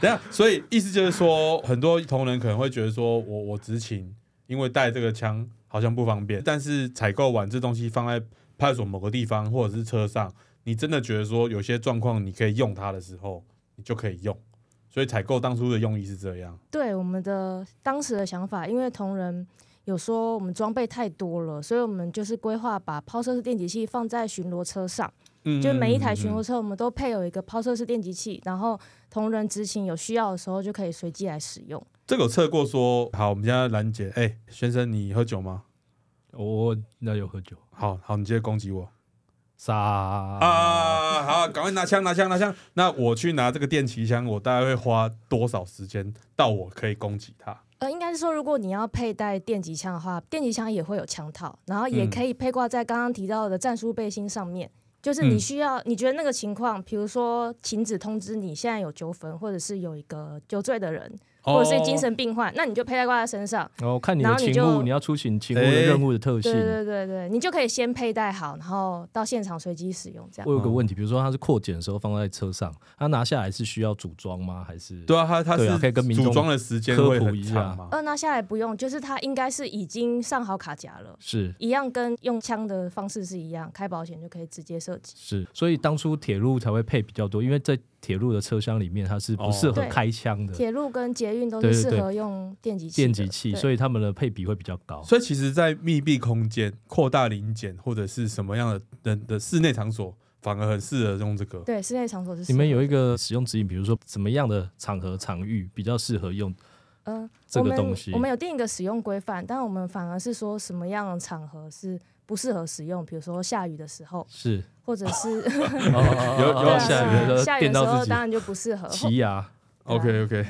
[SPEAKER 2] 一下，所以意思就是说，很多同仁可能会觉得说我我执勤，因为带这个枪好像不方便，但是采购完这东西放在派出所某个地方或者是车上，你真的觉得说有些状况你可以用它的时候，你就可以用。所以采购当初的用意是这样，
[SPEAKER 5] 对我们的当时的想法，因为同仁有说我们装备太多了，所以我们就是规划把抛射式电击器放在巡逻车上，
[SPEAKER 2] 嗯
[SPEAKER 5] 就每一台巡逻车我们都配有一个抛射式电击器，然后同仁执勤有需要的时候就可以随机来使用。
[SPEAKER 2] 这个有测过说，好，我们现在兰姐，哎、先生你喝酒吗？
[SPEAKER 3] 我那有喝酒
[SPEAKER 2] 好好，你接着攻击我
[SPEAKER 3] 杀啊，
[SPEAKER 2] 啊！好，赶快拿枪，拿枪，拿枪。那我去拿这个电击枪，我大概会花多少时间到我可以攻击它？
[SPEAKER 5] 呃，应该是说，如果你要佩戴电击枪的话，电击枪也会有枪套，然后也
[SPEAKER 2] 嗯
[SPEAKER 5] 可以配挂在刚刚提到的战术背心上面。就是你
[SPEAKER 2] 嗯
[SPEAKER 5] 需要，你觉得那个情况，比如说停止通知你现在有纠纷，或者是有一个酒醉的人，或者是精
[SPEAKER 2] 哦
[SPEAKER 5] 神病患，那你就佩戴挂在身上。
[SPEAKER 3] 然后哦看你
[SPEAKER 5] 然
[SPEAKER 3] 的
[SPEAKER 5] 后你
[SPEAKER 3] 勤
[SPEAKER 5] 就
[SPEAKER 3] 务，你要出勤勤务的
[SPEAKER 2] 哎
[SPEAKER 3] 任务的特性
[SPEAKER 5] 对。对对对，你就可以先佩戴好，然后到现场随机使用这样。
[SPEAKER 3] 我有个问题，比如说他是扩检的时候放在车上，他拿下来是需要组装吗？还是
[SPEAKER 2] 对啊，它它
[SPEAKER 3] 对啊可以
[SPEAKER 2] 是
[SPEAKER 3] 跟民
[SPEAKER 2] 组
[SPEAKER 3] 众
[SPEAKER 2] 装的时间
[SPEAKER 3] 科
[SPEAKER 2] 会
[SPEAKER 3] 普
[SPEAKER 2] 很
[SPEAKER 3] 一下
[SPEAKER 2] 长嘛？
[SPEAKER 5] 呃，那下来不用，就是他应该是已经上好卡夹了，
[SPEAKER 3] 是
[SPEAKER 5] 一样跟用枪的方式是一样，开保险就可以直接射击。
[SPEAKER 3] 是，所以当初铁路才会配比较多，因为在铁路的车厢里面它是不适合
[SPEAKER 5] 哦
[SPEAKER 3] 开枪的
[SPEAKER 5] 铁路跟捷运都
[SPEAKER 3] 对
[SPEAKER 5] 是
[SPEAKER 3] 对对
[SPEAKER 5] 适合用电击器的
[SPEAKER 3] 电击器，
[SPEAKER 5] 对
[SPEAKER 3] 所以他们的配比会比较高。
[SPEAKER 2] 所以其实，在密闭空间、扩大零检或者是什么样的人的室内场所，反而很适合用这个。
[SPEAKER 5] 对室内场所是适合
[SPEAKER 3] 你们有一个使用指引，比如说怎么样的场合场域比较适合用？
[SPEAKER 5] 嗯
[SPEAKER 3] 这个
[SPEAKER 5] 我们
[SPEAKER 3] 东西
[SPEAKER 5] 我们有定一个使用规范，但我们反而是说什么样的场合是不适合使用，比如说下雨的时候，
[SPEAKER 3] 是
[SPEAKER 5] 或者是
[SPEAKER 3] 有
[SPEAKER 5] 对啊
[SPEAKER 3] 有下雨的时候
[SPEAKER 5] 下雨
[SPEAKER 3] 电
[SPEAKER 5] 的时
[SPEAKER 3] 到
[SPEAKER 5] 候
[SPEAKER 3] 自己
[SPEAKER 5] 当然就不适合。或
[SPEAKER 3] 奇牙，
[SPEAKER 5] 对啊
[SPEAKER 2] OK OK，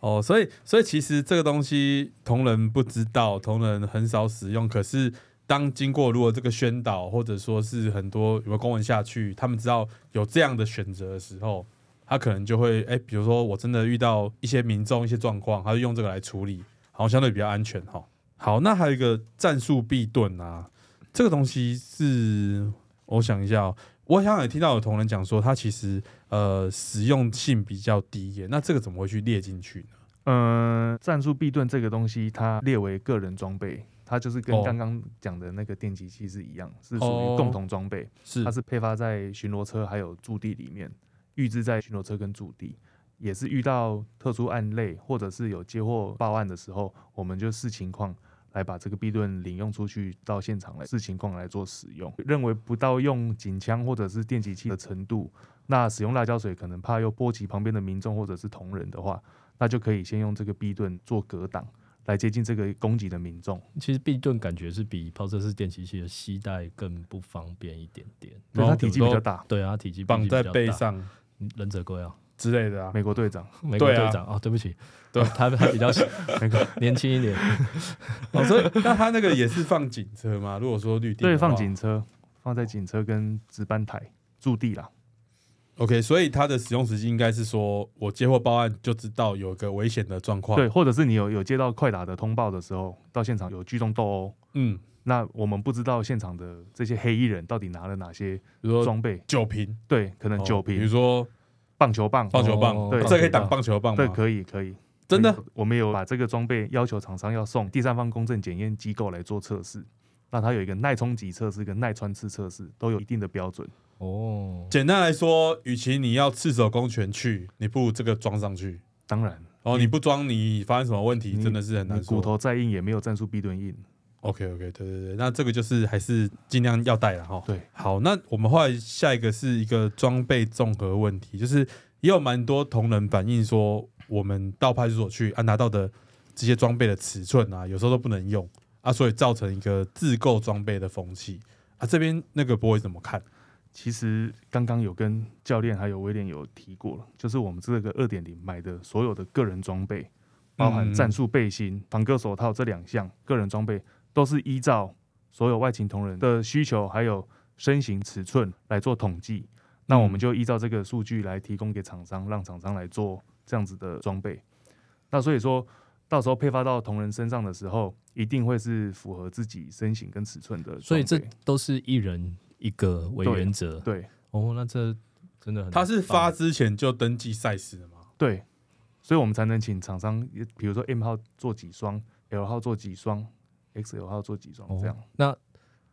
[SPEAKER 2] 哦，所以所以其实这个东西同仁不知道，同仁很少使用，可是。当经过如果这个宣导，或者说是很多有没有公文下去，他们知道有这样的选择的时候，他可能就会哎、比如说我真的遇到一些民众一些状况，他就用这个来处理，好像相对比较安全哈。好，那还有一个战术避盾啊，这个东西是我想一下、哦，我想也听到有同仁讲说，它其实呃实用性比较低耶，那这个怎么会去列进去呢？
[SPEAKER 4] 嗯，战术避盾这个东西，它列为个人装备，它就是跟
[SPEAKER 2] 哦
[SPEAKER 4] 刚刚讲的那个电击器是一样，是属
[SPEAKER 2] 哦
[SPEAKER 4] 于共同装备。
[SPEAKER 2] 是
[SPEAKER 4] 它是配发在巡逻车还有驻地里面，预置在巡逻车跟驻地，也是遇到特殊案类或者是有接获报案的时候，我们就视情况来把这个避盾领用出去到现场来视情况来做使用。认为不到用警枪或者是电击器的程度，那使用辣椒水可能怕又波及旁边的民众或者是同仁的话，那就可以先用这个避盾做格挡。来接近这个攻击的民众，
[SPEAKER 3] 其实避盾感觉是比抛射式电击器的吸带更不方便一点点。
[SPEAKER 4] 对它体积比较大，
[SPEAKER 3] 对啊，体积毕竟
[SPEAKER 2] 绑在
[SPEAKER 3] 比较
[SPEAKER 2] 背
[SPEAKER 3] 大，
[SPEAKER 2] 上
[SPEAKER 3] 忍者龟啊，
[SPEAKER 2] 之类的啊。
[SPEAKER 4] 美国队长。
[SPEAKER 3] 美国
[SPEAKER 2] 对啊
[SPEAKER 3] 队长哦，对不起，
[SPEAKER 2] 对啊
[SPEAKER 3] 哦他他 比较小美国年轻一点，
[SPEAKER 2] 哦，所以 那它那个也是放警车吗？如果说绿地的
[SPEAKER 4] 对，放
[SPEAKER 2] 话
[SPEAKER 4] 警车，放在警车跟值班台驻地啦。
[SPEAKER 2] OK，所以它的使用时机应该是说我接获报案就知道有个危险的状况。
[SPEAKER 4] 对，，或者是你有有接到快打的通报的时候，到现场有聚众斗殴，
[SPEAKER 2] 嗯，
[SPEAKER 4] 那我们不知道现场的这些黑衣人到底拿了哪些
[SPEAKER 2] 比如说
[SPEAKER 4] 装备，
[SPEAKER 2] 酒瓶、
[SPEAKER 4] 对，可能嗯酒
[SPEAKER 2] 哦比如
[SPEAKER 4] 瓶、
[SPEAKER 2] 说
[SPEAKER 4] 棒球棒，
[SPEAKER 2] 棒球棒，
[SPEAKER 3] 哦
[SPEAKER 4] 对
[SPEAKER 2] 这可以挡
[SPEAKER 4] 棒球棒
[SPEAKER 2] 棒球棒
[SPEAKER 4] 对，
[SPEAKER 2] 吗？
[SPEAKER 4] 可以可以，
[SPEAKER 2] 真的
[SPEAKER 4] 可以，我们有把这个装备要求厂商要送第三方公证检验机构来做测试。那它有一个耐冲击测试跟耐穿刺测试都有一定的标准，
[SPEAKER 3] 哦，
[SPEAKER 2] 简单来说，与其你要赤手空拳去，你不如这个装上去。
[SPEAKER 4] 当然
[SPEAKER 2] 哦，你不装，你发生什么问题真的是很
[SPEAKER 4] 你
[SPEAKER 2] 难说。
[SPEAKER 4] 骨头再硬也没有战术避盾硬，
[SPEAKER 2] OK OK，对对对，那这个就是还是尽量要带了哈。
[SPEAKER 4] 对，
[SPEAKER 2] 好，那我们后来下一个是一个装备综合问题，就是也有蛮多同仁反映说，我们到派出所去啊拿到的这些装备的尺寸啊，有时候都不能用啊，所以造成一个自购装备的风气啊。这边那个博伟怎么看？
[SPEAKER 4] 其实刚刚有跟教练还有威廉有提过了，就是我们这个二点零买的所有的个人装备，包含战术背
[SPEAKER 3] 嗯
[SPEAKER 4] 心、防割手套这两项个人装备，都是依照所有外勤同仁的需求还有身形尺寸来做统计。那我们就依照这个数据来提供给厂商，让厂商来做这样子的装备。那所以说，到时候配发到同仁身上的时候，一定会是符合自己身形跟尺寸的装备。
[SPEAKER 3] 所以这都是一人一个为
[SPEAKER 4] 对
[SPEAKER 3] 原则。
[SPEAKER 4] 对
[SPEAKER 3] 哦，那这真的很
[SPEAKER 2] 他是发
[SPEAKER 3] 棒
[SPEAKER 2] 之前就登记赛事的吗？
[SPEAKER 4] 对，所以我们才能请厂商，比如说 M 号做几双，L 号做几双，XL 号做几双
[SPEAKER 3] 哦
[SPEAKER 4] 这样。
[SPEAKER 3] 那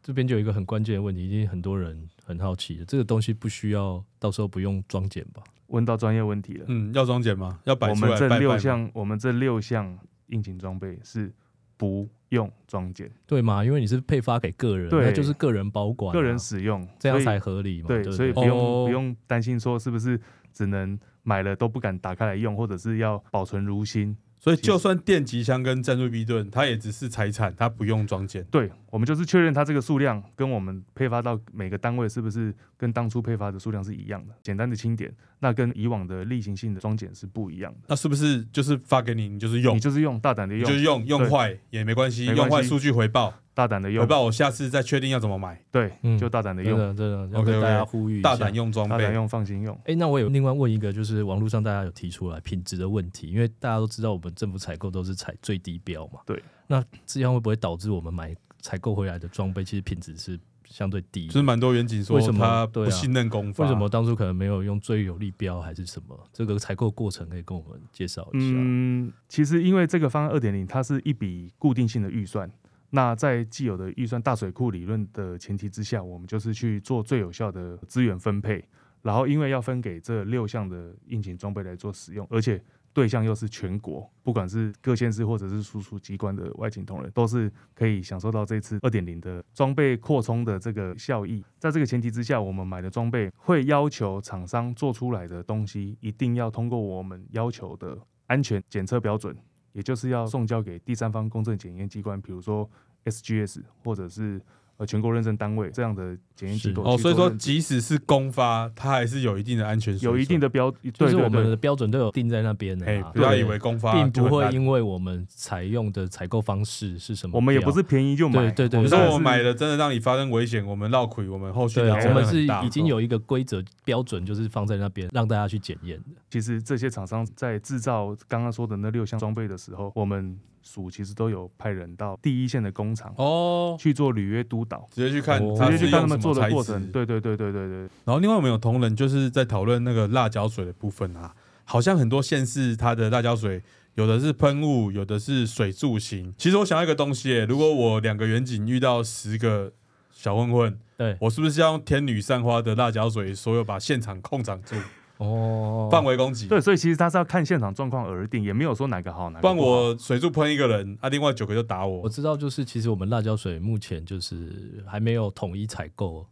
[SPEAKER 3] 这边就有一个很关键的问题，一定很多人很好奇的，这个东西不需要到时候不用装检吧？
[SPEAKER 4] 问到专业问题了，
[SPEAKER 2] 嗯，要装检吗？要摆
[SPEAKER 4] 我
[SPEAKER 2] 出
[SPEAKER 4] 们
[SPEAKER 2] 来拜
[SPEAKER 4] 这
[SPEAKER 2] 拜
[SPEAKER 4] 六
[SPEAKER 2] 吗
[SPEAKER 4] 项，我们这六项应勤装备是不用装检，
[SPEAKER 3] 对吗？因为你是配发给个人，
[SPEAKER 4] 对
[SPEAKER 3] 那就是个人保管啊、
[SPEAKER 4] 个人使用，
[SPEAKER 3] 这样
[SPEAKER 4] 所以
[SPEAKER 3] 才合理嘛？对
[SPEAKER 4] 对，
[SPEAKER 3] 不
[SPEAKER 4] 所以不
[SPEAKER 3] 对，
[SPEAKER 4] 用、
[SPEAKER 2] 哦
[SPEAKER 4] 不用担心说是不是只能买了都不敢打开来用，或者是要保存如新。
[SPEAKER 2] 所以就算电击枪跟战术逼盾，它也只是财产，它不用装检。
[SPEAKER 4] 对，我们就是确认它这个数量跟我们配发到每个单位是不是跟当初配发的数量是一样的。简单的清点，那跟以往的例行性的装检是不一样的。
[SPEAKER 2] 那是不是就是发给你，你就是用
[SPEAKER 4] 你，就是用大胆的
[SPEAKER 2] 你
[SPEAKER 4] 用，
[SPEAKER 2] 就是用，用
[SPEAKER 4] 对
[SPEAKER 2] 坏也没关系，
[SPEAKER 4] 没
[SPEAKER 2] 用
[SPEAKER 4] 关
[SPEAKER 2] 坏
[SPEAKER 4] 系
[SPEAKER 2] 数据回报，
[SPEAKER 4] 大胆的
[SPEAKER 2] 回
[SPEAKER 4] 用，
[SPEAKER 2] 报我下次再确定要怎么买，
[SPEAKER 4] 对，
[SPEAKER 3] 嗯
[SPEAKER 4] 就大胆的
[SPEAKER 3] 真
[SPEAKER 4] 用，
[SPEAKER 3] 的真的要
[SPEAKER 2] OK，OK，
[SPEAKER 3] 跟大家呼吁一下
[SPEAKER 2] 大胆。用装
[SPEAKER 4] 大
[SPEAKER 2] 备
[SPEAKER 4] 胆。用，放心用。
[SPEAKER 3] 哎、那我有另外问一个，就是网络上大家有提出来品质的问题，因为大家都知道我们政府采购都是采最低标嘛。
[SPEAKER 4] 对。
[SPEAKER 3] 那这样会不会导致我们买采购回来的装备其实品质是相对低的？
[SPEAKER 2] 就是蛮多远景说
[SPEAKER 3] 为什么
[SPEAKER 2] 他
[SPEAKER 3] 对啊
[SPEAKER 2] 不信任公法，
[SPEAKER 3] 为什么当初可能没有用最有利标还是什么？这个采购过程可以跟我们介绍一下。
[SPEAKER 4] 嗯，其实因为这个方案二点零，它是一笔固定性的预算。那在既有的预算大水库理论的前提之下，我们就是去做最有效的资源分配。然后，因为要分给这六项的应勤装备来做使用，而且对象又是全国，不管是各县市或者是输出机关的外勤同仁，都是可以享受到这次二点零的装备扩充的这个效益。在这个前提之下，我们买的装备会要求厂商做出来的东西一定要通过我们要求的安全检测标准，也就是要送交给第三方公证检验机关，比如说 SGS 或者是呃全国认证单位这样的检验机构去做
[SPEAKER 3] 是
[SPEAKER 4] 认证。
[SPEAKER 2] 哦，所以说即使是公发，它还是有一定的安全水准，
[SPEAKER 4] 有一定的标，对
[SPEAKER 3] 就是
[SPEAKER 4] 对
[SPEAKER 3] 我们
[SPEAKER 4] 对
[SPEAKER 3] 的标准都有定在那边的、
[SPEAKER 2] 哎，
[SPEAKER 3] 啊，
[SPEAKER 2] 不要
[SPEAKER 3] 对
[SPEAKER 2] 以为公发
[SPEAKER 3] 并
[SPEAKER 2] 就
[SPEAKER 3] 不
[SPEAKER 2] 很
[SPEAKER 3] 会
[SPEAKER 2] 烂
[SPEAKER 3] 因为我们采用的采购方式是什么标，
[SPEAKER 4] 我们也不是便宜就买，
[SPEAKER 3] 对对对
[SPEAKER 2] 比
[SPEAKER 4] 们
[SPEAKER 2] 如说
[SPEAKER 3] 但
[SPEAKER 2] 我们买了，真的让你发生危险，我们绕亏，我们后续
[SPEAKER 3] 对啊
[SPEAKER 2] 的，
[SPEAKER 3] 我
[SPEAKER 2] 责
[SPEAKER 3] 们
[SPEAKER 2] 任
[SPEAKER 3] 是
[SPEAKER 2] 很大哦
[SPEAKER 3] 已经有一个规则标准，就是放在那边让大家去检验的。
[SPEAKER 4] 其实这些厂商在制造刚刚说的那六项装备的时候，我们署其实都有派人到第一线的工厂
[SPEAKER 2] 哦，
[SPEAKER 4] 去做履约督导，
[SPEAKER 2] 直接去看
[SPEAKER 3] 哦，
[SPEAKER 4] 直
[SPEAKER 2] 它
[SPEAKER 4] 接
[SPEAKER 2] 是
[SPEAKER 4] 去看他
[SPEAKER 2] 用
[SPEAKER 4] 们
[SPEAKER 2] 什么
[SPEAKER 4] 做的
[SPEAKER 2] 材
[SPEAKER 4] 过
[SPEAKER 2] 质
[SPEAKER 4] 程。对对对对对对，
[SPEAKER 2] 然后另外我们有同仁就是在讨论那个辣椒水的部分啊，好像很多县市它的辣椒水有的是喷雾，有的是水柱型。其实我想要一个东西耶、如果我两个远景遇到十个小混混，
[SPEAKER 3] 对，
[SPEAKER 2] 我是不是要用天女散花的辣椒水，所有把现场控场住，
[SPEAKER 3] 哦
[SPEAKER 2] 范围攻击？
[SPEAKER 4] 对，所以其实他是要看现场状况而定，也没有说哪个好哪个
[SPEAKER 2] 不然
[SPEAKER 4] 不好。
[SPEAKER 2] 我水柱喷一个人，啊，另外九个就打
[SPEAKER 3] 我
[SPEAKER 2] 我。
[SPEAKER 3] 知道，就是其实我们辣椒水目前就是还没有统一采购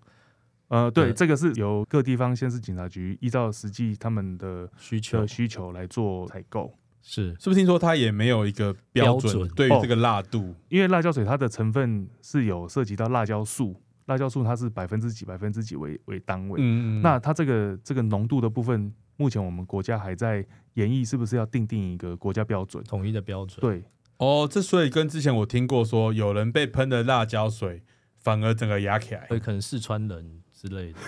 [SPEAKER 4] 呃，
[SPEAKER 3] 对
[SPEAKER 4] 对，这个是由各地方县市警察局依照实际他们的
[SPEAKER 3] 需求
[SPEAKER 4] 的，需求来做采购。
[SPEAKER 3] 是
[SPEAKER 2] 是不是听说它也没有一个标
[SPEAKER 3] 标准
[SPEAKER 2] 准对于这个辣度？
[SPEAKER 4] 因为辣椒水它的成分是有涉及到辣椒素，辣椒素它是百分之几百分之几为为单位。
[SPEAKER 2] 嗯，嗯嗯
[SPEAKER 4] 那它这个这个浓度的部分，目前我们国家还在研议，是不是要定定一个国家标准？
[SPEAKER 3] 统一的标准。
[SPEAKER 4] 对，
[SPEAKER 2] 哦，这所以跟之前我听过说，有人被喷的辣椒水，反而整个牙起来。
[SPEAKER 3] 对，可能四川人之类的，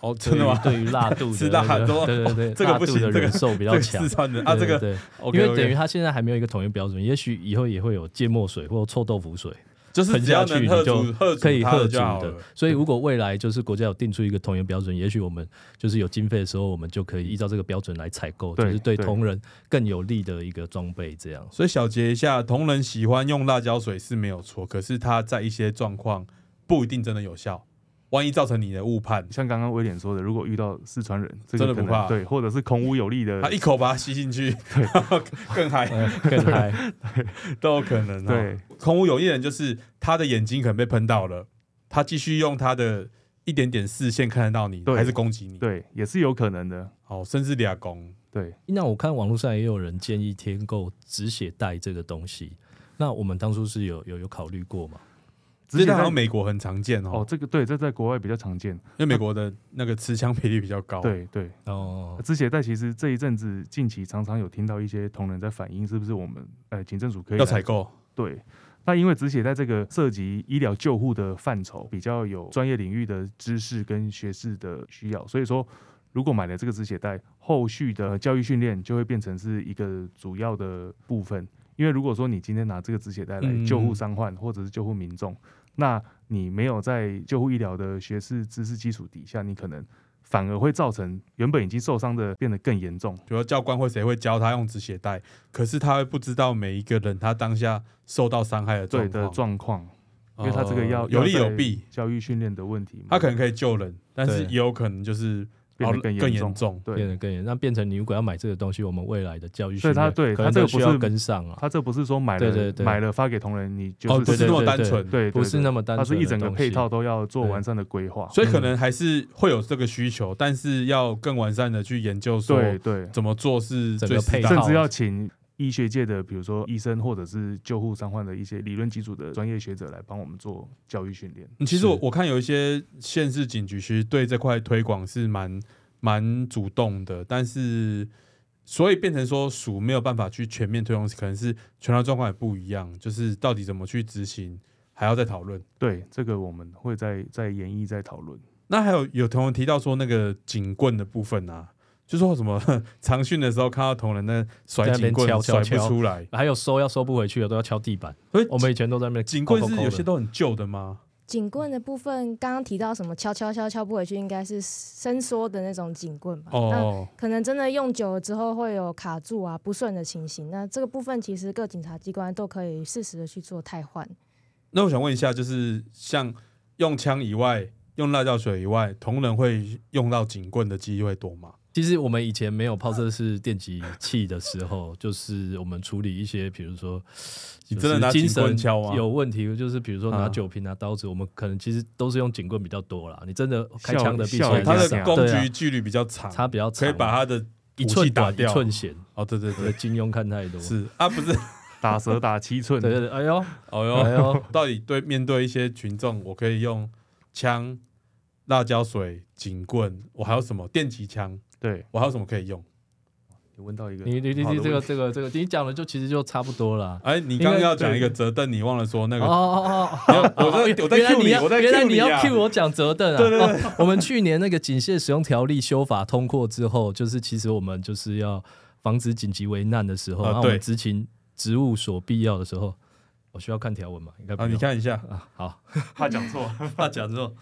[SPEAKER 2] 哦， 真的吗？
[SPEAKER 3] 对于对于辣度的
[SPEAKER 2] 吃
[SPEAKER 3] 那
[SPEAKER 2] 辣
[SPEAKER 3] 个，
[SPEAKER 2] 都
[SPEAKER 3] 对对对，
[SPEAKER 2] 这个不行
[SPEAKER 3] 辣度的
[SPEAKER 2] 这个
[SPEAKER 3] 忍受比
[SPEAKER 2] 这
[SPEAKER 3] 较
[SPEAKER 2] 个
[SPEAKER 3] 强
[SPEAKER 2] 四。川的啊，这
[SPEAKER 3] 对
[SPEAKER 2] 个
[SPEAKER 3] 对，
[SPEAKER 2] OK，
[SPEAKER 3] 因为
[SPEAKER 2] OK
[SPEAKER 3] 等于他现在还没有一个统一标准，也许以后也会有芥末水或臭豆腐水
[SPEAKER 2] 就是
[SPEAKER 3] 喷
[SPEAKER 2] 只要
[SPEAKER 3] 下去，
[SPEAKER 2] 能
[SPEAKER 3] 你
[SPEAKER 2] 喝
[SPEAKER 3] 就
[SPEAKER 2] 足喝足
[SPEAKER 3] 可以
[SPEAKER 2] 它的
[SPEAKER 3] 喝足
[SPEAKER 2] 就好
[SPEAKER 3] 的
[SPEAKER 2] 了。。
[SPEAKER 3] 所以如果未来就是国家有定出一个统一标准，也许我们就是有经费的时候，我们就可以依照这个标准来采购，就
[SPEAKER 4] 对
[SPEAKER 3] 是对
[SPEAKER 4] 对
[SPEAKER 3] 同仁更有利的一个装备这样。
[SPEAKER 2] 所以小结一下，同仁喜欢用辣椒水是没有错，可是它在一些状况不一定真的有效，万一造成你的误判，
[SPEAKER 4] 像刚刚威廉说的，如果遇到四川人，这
[SPEAKER 2] 真的
[SPEAKER 4] 个
[SPEAKER 2] 不
[SPEAKER 4] 可能
[SPEAKER 2] 怕
[SPEAKER 4] 对，或者是孔武有力的
[SPEAKER 2] 他，一口把它吸进去， 更嗨
[SPEAKER 3] 嗯， 更嗨，
[SPEAKER 2] 都有可能、哦。
[SPEAKER 4] 对，
[SPEAKER 2] 空无有一人，就是他的眼睛可能被喷到了，他继续用他的一点点视线看得到你，
[SPEAKER 4] 对
[SPEAKER 2] 还是攻击你，
[SPEAKER 4] 对，也是有可能的，
[SPEAKER 2] 好，甚至俩攻。
[SPEAKER 4] 对，
[SPEAKER 3] 那我看网络上也有人建议添购止血带这个东西，那我们当初是有有有考虑过嘛？
[SPEAKER 2] 只是
[SPEAKER 4] 在
[SPEAKER 2] 好像美国很常见哦，
[SPEAKER 4] 哦，这个对，这在国外比较常见，
[SPEAKER 2] 因为美国的那个持枪比例比较高。，
[SPEAKER 4] 对对。
[SPEAKER 3] 哦，
[SPEAKER 4] 止血带其实这一阵子近期常常有听到一些同仁在反映，是不是我们呃警政署可以
[SPEAKER 2] 要
[SPEAKER 4] 来
[SPEAKER 2] 采购。
[SPEAKER 4] 对，那因为止血带这个涉及医疗救护的范畴，比较有专业领域的知识跟学识的需要，所以说如果买了这个止血带，后续的教育训练就会变成是一个主要的部分。因为如果说你今天拿这个止血带
[SPEAKER 2] 嗯
[SPEAKER 4] 来救护伤患或者是救护民众，那你没有在救护医疗的学士知识基础底下，你可能反而会造成原本已经受伤的变得更严重。
[SPEAKER 2] 比如说教官或谁会教他用止血带，可是他会不知道每一个人他当下受到伤害的
[SPEAKER 4] 对
[SPEAKER 2] 状
[SPEAKER 4] 的
[SPEAKER 2] 况，
[SPEAKER 4] 状况，因为
[SPEAKER 2] 哦
[SPEAKER 4] 他这个要
[SPEAKER 2] 有利
[SPEAKER 4] 要在
[SPEAKER 2] 有弊，
[SPEAKER 4] 教育训练的问题嘛，
[SPEAKER 2] 他可能可以救人，但是
[SPEAKER 3] 对
[SPEAKER 2] 也有可能就是
[SPEAKER 4] 变得
[SPEAKER 2] 哦
[SPEAKER 4] 更
[SPEAKER 2] 更
[SPEAKER 4] 严
[SPEAKER 2] 严。重。
[SPEAKER 3] 变
[SPEAKER 4] 对，
[SPEAKER 3] 得更严，那变成你如果要买这个东西，我们未来的教育
[SPEAKER 4] 所以它
[SPEAKER 3] 训练
[SPEAKER 4] 对它
[SPEAKER 3] 可能
[SPEAKER 4] 这
[SPEAKER 3] 都
[SPEAKER 4] 个
[SPEAKER 3] 需
[SPEAKER 4] 不
[SPEAKER 3] 要
[SPEAKER 4] 是
[SPEAKER 3] 跟上啊，
[SPEAKER 4] 他这不是说买了
[SPEAKER 3] 对对对
[SPEAKER 4] 买了发给同仁，你就
[SPEAKER 2] 哦
[SPEAKER 4] 是
[SPEAKER 2] 不是
[SPEAKER 3] 对
[SPEAKER 2] 那么
[SPEAKER 3] 对
[SPEAKER 2] 单
[SPEAKER 3] 对
[SPEAKER 2] 纯
[SPEAKER 4] 对，
[SPEAKER 3] 不是那么单
[SPEAKER 4] 它
[SPEAKER 3] 纯的东西，
[SPEAKER 4] 是一整个配套都要做
[SPEAKER 3] 对
[SPEAKER 4] 完善的规划。
[SPEAKER 2] 所以可能还是会有这个需求，但是要更完善的去研究说
[SPEAKER 4] 对对，
[SPEAKER 2] 怎么做是
[SPEAKER 3] 整
[SPEAKER 2] 最
[SPEAKER 3] 个
[SPEAKER 2] 适
[SPEAKER 3] 配
[SPEAKER 2] 当
[SPEAKER 4] 甚
[SPEAKER 2] 的。
[SPEAKER 3] 套
[SPEAKER 4] 至要请医学界的，比如说医生或者是救护伤患的一些理论基础的专业学者来帮我们做教育训练。
[SPEAKER 2] 嗯其实我
[SPEAKER 3] 是
[SPEAKER 2] 我看有一些县市警局其实对这块推广是蛮蛮主动的，但是所以变成说署没有办法去全面推动，可能是全台状况也不一样，就是到底怎么去执行还要再讨论。
[SPEAKER 4] 对，这个我们会再再研议再讨论。
[SPEAKER 2] 那还有有同仁提到说那个警棍的部分啊，就说什么 长训的时候看到同仁那甩
[SPEAKER 3] 在那
[SPEAKER 2] 警
[SPEAKER 3] 边
[SPEAKER 2] 棍
[SPEAKER 3] 敲
[SPEAKER 2] 甩
[SPEAKER 3] 敲
[SPEAKER 2] 不
[SPEAKER 3] 敲
[SPEAKER 2] 出来，
[SPEAKER 3] 还有收要收不回去的都要敲地板，
[SPEAKER 2] 所以
[SPEAKER 3] 我们以前都在那边
[SPEAKER 2] 警棍
[SPEAKER 3] 扣扣
[SPEAKER 2] 是
[SPEAKER 3] 扣
[SPEAKER 2] 有
[SPEAKER 3] 的
[SPEAKER 2] 些都很旧的吗？
[SPEAKER 5] 警棍的部分，刚刚提到什么敲敲敲敲不回去，应该是伸缩的那种警棍吧？啊那
[SPEAKER 2] 哦，
[SPEAKER 5] 可能真的用久了之后会有卡住啊、不顺的情形。那这个部分其实各警察机关都可以适时的去做汰换。
[SPEAKER 2] 那我想问一下，就是像用枪以外，用辣椒水以外，同仁会用到警棍的机会多吗？
[SPEAKER 3] 其实我们以前没有炮射式电击器的时候，就是我们处理一些，比如说，
[SPEAKER 2] 你
[SPEAKER 3] 就
[SPEAKER 2] 真的
[SPEAKER 3] 是
[SPEAKER 2] 拿
[SPEAKER 3] 精
[SPEAKER 2] 警棍
[SPEAKER 3] 神
[SPEAKER 2] 敲啊吗
[SPEAKER 3] 有问题，就是比如说拿
[SPEAKER 2] 啊
[SPEAKER 3] 酒瓶、拿刀子，我们可能其实都是用警棍比较多啦。你真的开
[SPEAKER 4] 效
[SPEAKER 3] 枪的必须
[SPEAKER 4] 效率
[SPEAKER 3] 要
[SPEAKER 4] 对
[SPEAKER 2] 哦它
[SPEAKER 4] 比较
[SPEAKER 2] 的
[SPEAKER 4] 对小
[SPEAKER 3] 拿枪
[SPEAKER 2] 攻
[SPEAKER 3] 对
[SPEAKER 2] 击
[SPEAKER 3] 啊
[SPEAKER 2] 距离比较长，
[SPEAKER 3] 差比较长，
[SPEAKER 2] 可以把它的
[SPEAKER 3] 一
[SPEAKER 2] 武器
[SPEAKER 3] 寸
[SPEAKER 2] 打
[SPEAKER 3] 短一
[SPEAKER 2] 掉。
[SPEAKER 3] 寸弦。
[SPEAKER 2] 哦，对对对
[SPEAKER 3] 对，，金庸看太多，
[SPEAKER 2] 是啊，不是，
[SPEAKER 4] 打蛇打七寸，
[SPEAKER 3] 对对对，哎呦
[SPEAKER 2] 哦
[SPEAKER 3] 哎
[SPEAKER 2] 哟，
[SPEAKER 3] 呦，
[SPEAKER 2] 到底对面对一些群众，我可以用枪、辣椒水、警棍，我还有什么电击枪？
[SPEAKER 4] 对
[SPEAKER 2] 我还有什么可以用？
[SPEAKER 4] 你问到一个
[SPEAKER 3] 你你你
[SPEAKER 4] 好的
[SPEAKER 3] 你这个
[SPEAKER 4] 问题
[SPEAKER 3] 这个这个，你讲的就其实就差不多啦。
[SPEAKER 2] 哎，你刚刚
[SPEAKER 3] 应该
[SPEAKER 2] 要讲一个折凳，你忘了说那
[SPEAKER 3] 哦
[SPEAKER 2] 个
[SPEAKER 3] 哦哦哦，
[SPEAKER 2] 我在我在
[SPEAKER 3] 原来
[SPEAKER 2] cue 你
[SPEAKER 3] 要
[SPEAKER 2] 我在
[SPEAKER 3] 原来
[SPEAKER 2] cue
[SPEAKER 3] 你
[SPEAKER 2] 你
[SPEAKER 3] 要
[SPEAKER 2] 啊
[SPEAKER 3] cue 我讲折凳啊！对对对、我们去年那个警械使用条例修法通过之后，就是其实我们就是要防止紧急危难的时候，
[SPEAKER 2] 啊
[SPEAKER 3] 然后我
[SPEAKER 2] 对
[SPEAKER 3] 们执勤职务所必要的时候，我需要看条文嘛？应该不
[SPEAKER 2] 啊，
[SPEAKER 3] 用
[SPEAKER 2] 你看一 下，
[SPEAKER 3] 啊，好，
[SPEAKER 4] 怕 讲错，
[SPEAKER 3] 怕讲 错。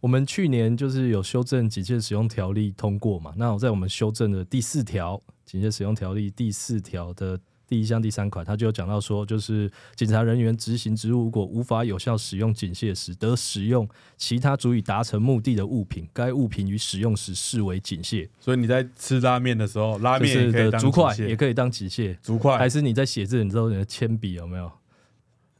[SPEAKER 3] 我们去年就是有修正《警械使用条例》通过嘛，那我在我们修正的第四条《警械使用条例》第四条的第一项第三款，它就有讲到说，就是警察人员执行职务如果无法有效使用警械时，得使用其他足以达成目的的物品，该物品于使用时视为警械，
[SPEAKER 2] 所以你在吃拉面的时候，拉
[SPEAKER 3] 就
[SPEAKER 2] 面也
[SPEAKER 3] 是
[SPEAKER 2] 可以
[SPEAKER 3] 的
[SPEAKER 2] 当
[SPEAKER 3] 竹筷
[SPEAKER 2] 警械
[SPEAKER 3] 也可以当警械，
[SPEAKER 2] 竹筷，
[SPEAKER 3] 还是你在写字，你知道你的铅笔有没有？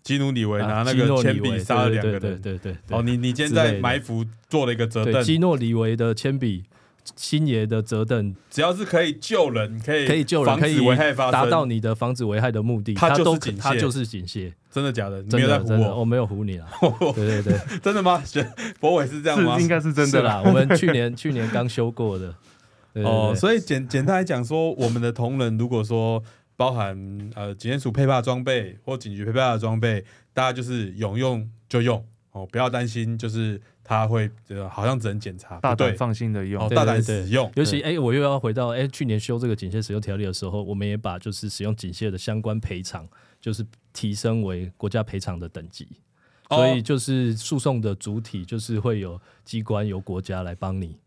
[SPEAKER 2] 基努里维拿
[SPEAKER 3] 啊
[SPEAKER 2] 那
[SPEAKER 3] 基
[SPEAKER 2] 个
[SPEAKER 3] 诺
[SPEAKER 2] 铅
[SPEAKER 3] 里
[SPEAKER 2] 笔
[SPEAKER 3] 维
[SPEAKER 2] 杀了两个
[SPEAKER 3] 对对
[SPEAKER 2] 人。
[SPEAKER 3] 对对对对
[SPEAKER 2] 哦，你你今天
[SPEAKER 3] 之类的
[SPEAKER 2] 在埋伏做了一个折
[SPEAKER 3] 对
[SPEAKER 2] 凳，
[SPEAKER 3] 基诺里维的铅笔，星爷的折凳，
[SPEAKER 2] 只要是可以救人，可以
[SPEAKER 3] 可以救人，
[SPEAKER 2] 防
[SPEAKER 3] 可以
[SPEAKER 2] 止危害发生，
[SPEAKER 3] 达到你的防止危害的目的，
[SPEAKER 2] 它
[SPEAKER 3] 它
[SPEAKER 2] 就是
[SPEAKER 3] 都
[SPEAKER 2] 警
[SPEAKER 3] 可
[SPEAKER 2] 械
[SPEAKER 3] 它就是警械，
[SPEAKER 2] 真的假的？你没
[SPEAKER 3] 真
[SPEAKER 2] 有在
[SPEAKER 3] 的
[SPEAKER 2] 唬
[SPEAKER 3] 真的，
[SPEAKER 2] 我？
[SPEAKER 3] 我没有唬 你啦，对对对，
[SPEAKER 2] 真的吗？ 学博伟是这样吗？
[SPEAKER 4] 是应该是真
[SPEAKER 3] 是
[SPEAKER 4] 的啦。
[SPEAKER 3] 啦，我们去年去年刚修过的，对
[SPEAKER 2] 哦，
[SPEAKER 3] 对对
[SPEAKER 2] 所以简简单来讲说，我们的同仁如果说包含呃警检署配发的装备或警局配发的装备，大家就是有用就用哦，不要担心，就是他会呃好像只能检查，
[SPEAKER 4] 大
[SPEAKER 2] 不对
[SPEAKER 4] 胆放心的用
[SPEAKER 2] 哦，
[SPEAKER 3] 对
[SPEAKER 2] 大胆
[SPEAKER 3] 对对
[SPEAKER 2] 使用，
[SPEAKER 3] 尤其哎、我又要回到哎、去年修这个警械使用条例的时候，我们也把就是使用警械的相关赔偿，就是提升为国家赔偿的等级。
[SPEAKER 2] 哦
[SPEAKER 3] 所以就是诉讼的主体就是会有机关由国家来帮你，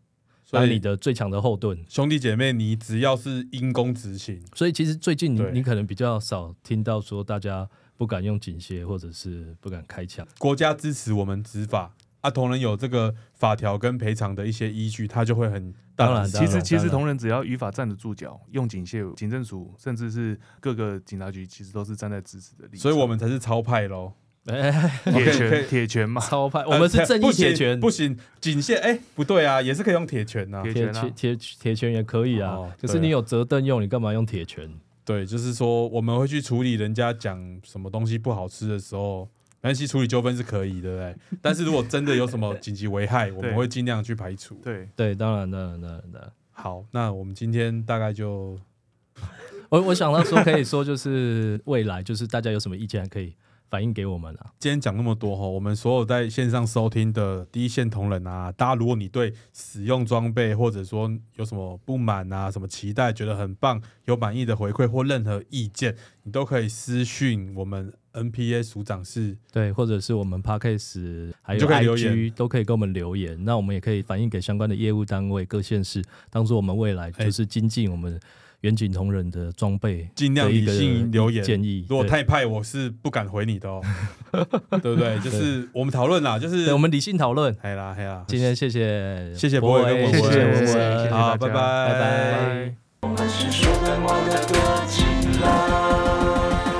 [SPEAKER 2] 所
[SPEAKER 3] 当
[SPEAKER 2] 以
[SPEAKER 3] 你的最强的后盾。
[SPEAKER 2] 兄弟姐妹，你只要是因公执行，
[SPEAKER 3] 所以其实最近你
[SPEAKER 2] 对
[SPEAKER 3] 你可能比较少听到说大家不敢用警械或者是不敢 开枪，
[SPEAKER 2] 国家支持我们执法啊，同仁有这个法条跟赔偿的一些依据，他就会很大
[SPEAKER 3] 当然
[SPEAKER 2] 执
[SPEAKER 3] 当
[SPEAKER 4] 其
[SPEAKER 2] 行
[SPEAKER 4] 实，其
[SPEAKER 3] 当
[SPEAKER 4] 实
[SPEAKER 3] 然
[SPEAKER 4] 同仁只要语法站得住脚，用警械、警政署，甚至是各个警察局，其实都是站在支持的立场。
[SPEAKER 2] 所以我们才是超派喽，
[SPEAKER 3] 哎，
[SPEAKER 4] 铁
[SPEAKER 2] OK，可以
[SPEAKER 4] 拳，铁拳嘛，
[SPEAKER 3] 超派，我们是正义铁拳，
[SPEAKER 2] 哎呃不行，不行警械哎、不对啊，也是可以用铁拳呐、
[SPEAKER 4] 铁
[SPEAKER 3] 铁
[SPEAKER 4] 拳啊
[SPEAKER 3] 拳，铁铁拳也可以啊，
[SPEAKER 2] 哦
[SPEAKER 3] 可
[SPEAKER 2] 对
[SPEAKER 3] 是
[SPEAKER 2] 啊
[SPEAKER 3] 你有折凳用，你干嘛用铁拳？
[SPEAKER 2] 对，就是说我们会去处理人家讲什么东西不好吃的时候，没关系，处理纠纷是可以，对不对？ 但是如果真的有什么紧急危害，我们
[SPEAKER 4] 对
[SPEAKER 2] 会尽量去排除。
[SPEAKER 4] 对，
[SPEAKER 3] 对，当然，当然，当然，当然。
[SPEAKER 2] 好，那我们今天大概就
[SPEAKER 3] 我我想到说，可以说就是未来，就是大家有什么意见可以反映给我们啊。
[SPEAKER 2] 今天讲那么多哈，我们所有在线上收听的第一线同仁啊，大家如果你对使用装备或者说有什么不满啊、什么期待，觉得很棒，有满意的回馈或任何意见，你都可以私讯我们 NPA 署长室。
[SPEAKER 3] 对，或者是我们 podcast 还有
[SPEAKER 2] 就可以留言
[SPEAKER 3] IG 都可以给我们留言，那我们也可以反映给相关的业务单位、各县市，当做我们未来
[SPEAKER 2] 哎
[SPEAKER 3] 就是精进我们远景同仁的装备，
[SPEAKER 2] 尽量理性留言
[SPEAKER 3] 建议。
[SPEAKER 2] 如果
[SPEAKER 3] 对
[SPEAKER 2] 太派，我是不敢回你的哦，对不 对？就是我们讨论啦，就是
[SPEAKER 3] 对，我们理性讨论。
[SPEAKER 2] 嗨啦嗨啦，
[SPEAKER 3] 今天谢谢，
[SPEAKER 2] 谢谢
[SPEAKER 3] 博
[SPEAKER 2] 博伟跟
[SPEAKER 3] 威
[SPEAKER 2] 文
[SPEAKER 3] 谢
[SPEAKER 2] 文
[SPEAKER 3] 文
[SPEAKER 5] 谢谢
[SPEAKER 3] 文，
[SPEAKER 4] 谢
[SPEAKER 2] 好，拜
[SPEAKER 4] 大家
[SPEAKER 2] 拜
[SPEAKER 3] 拜拜
[SPEAKER 4] 拜。
[SPEAKER 1] 还是说的我的多。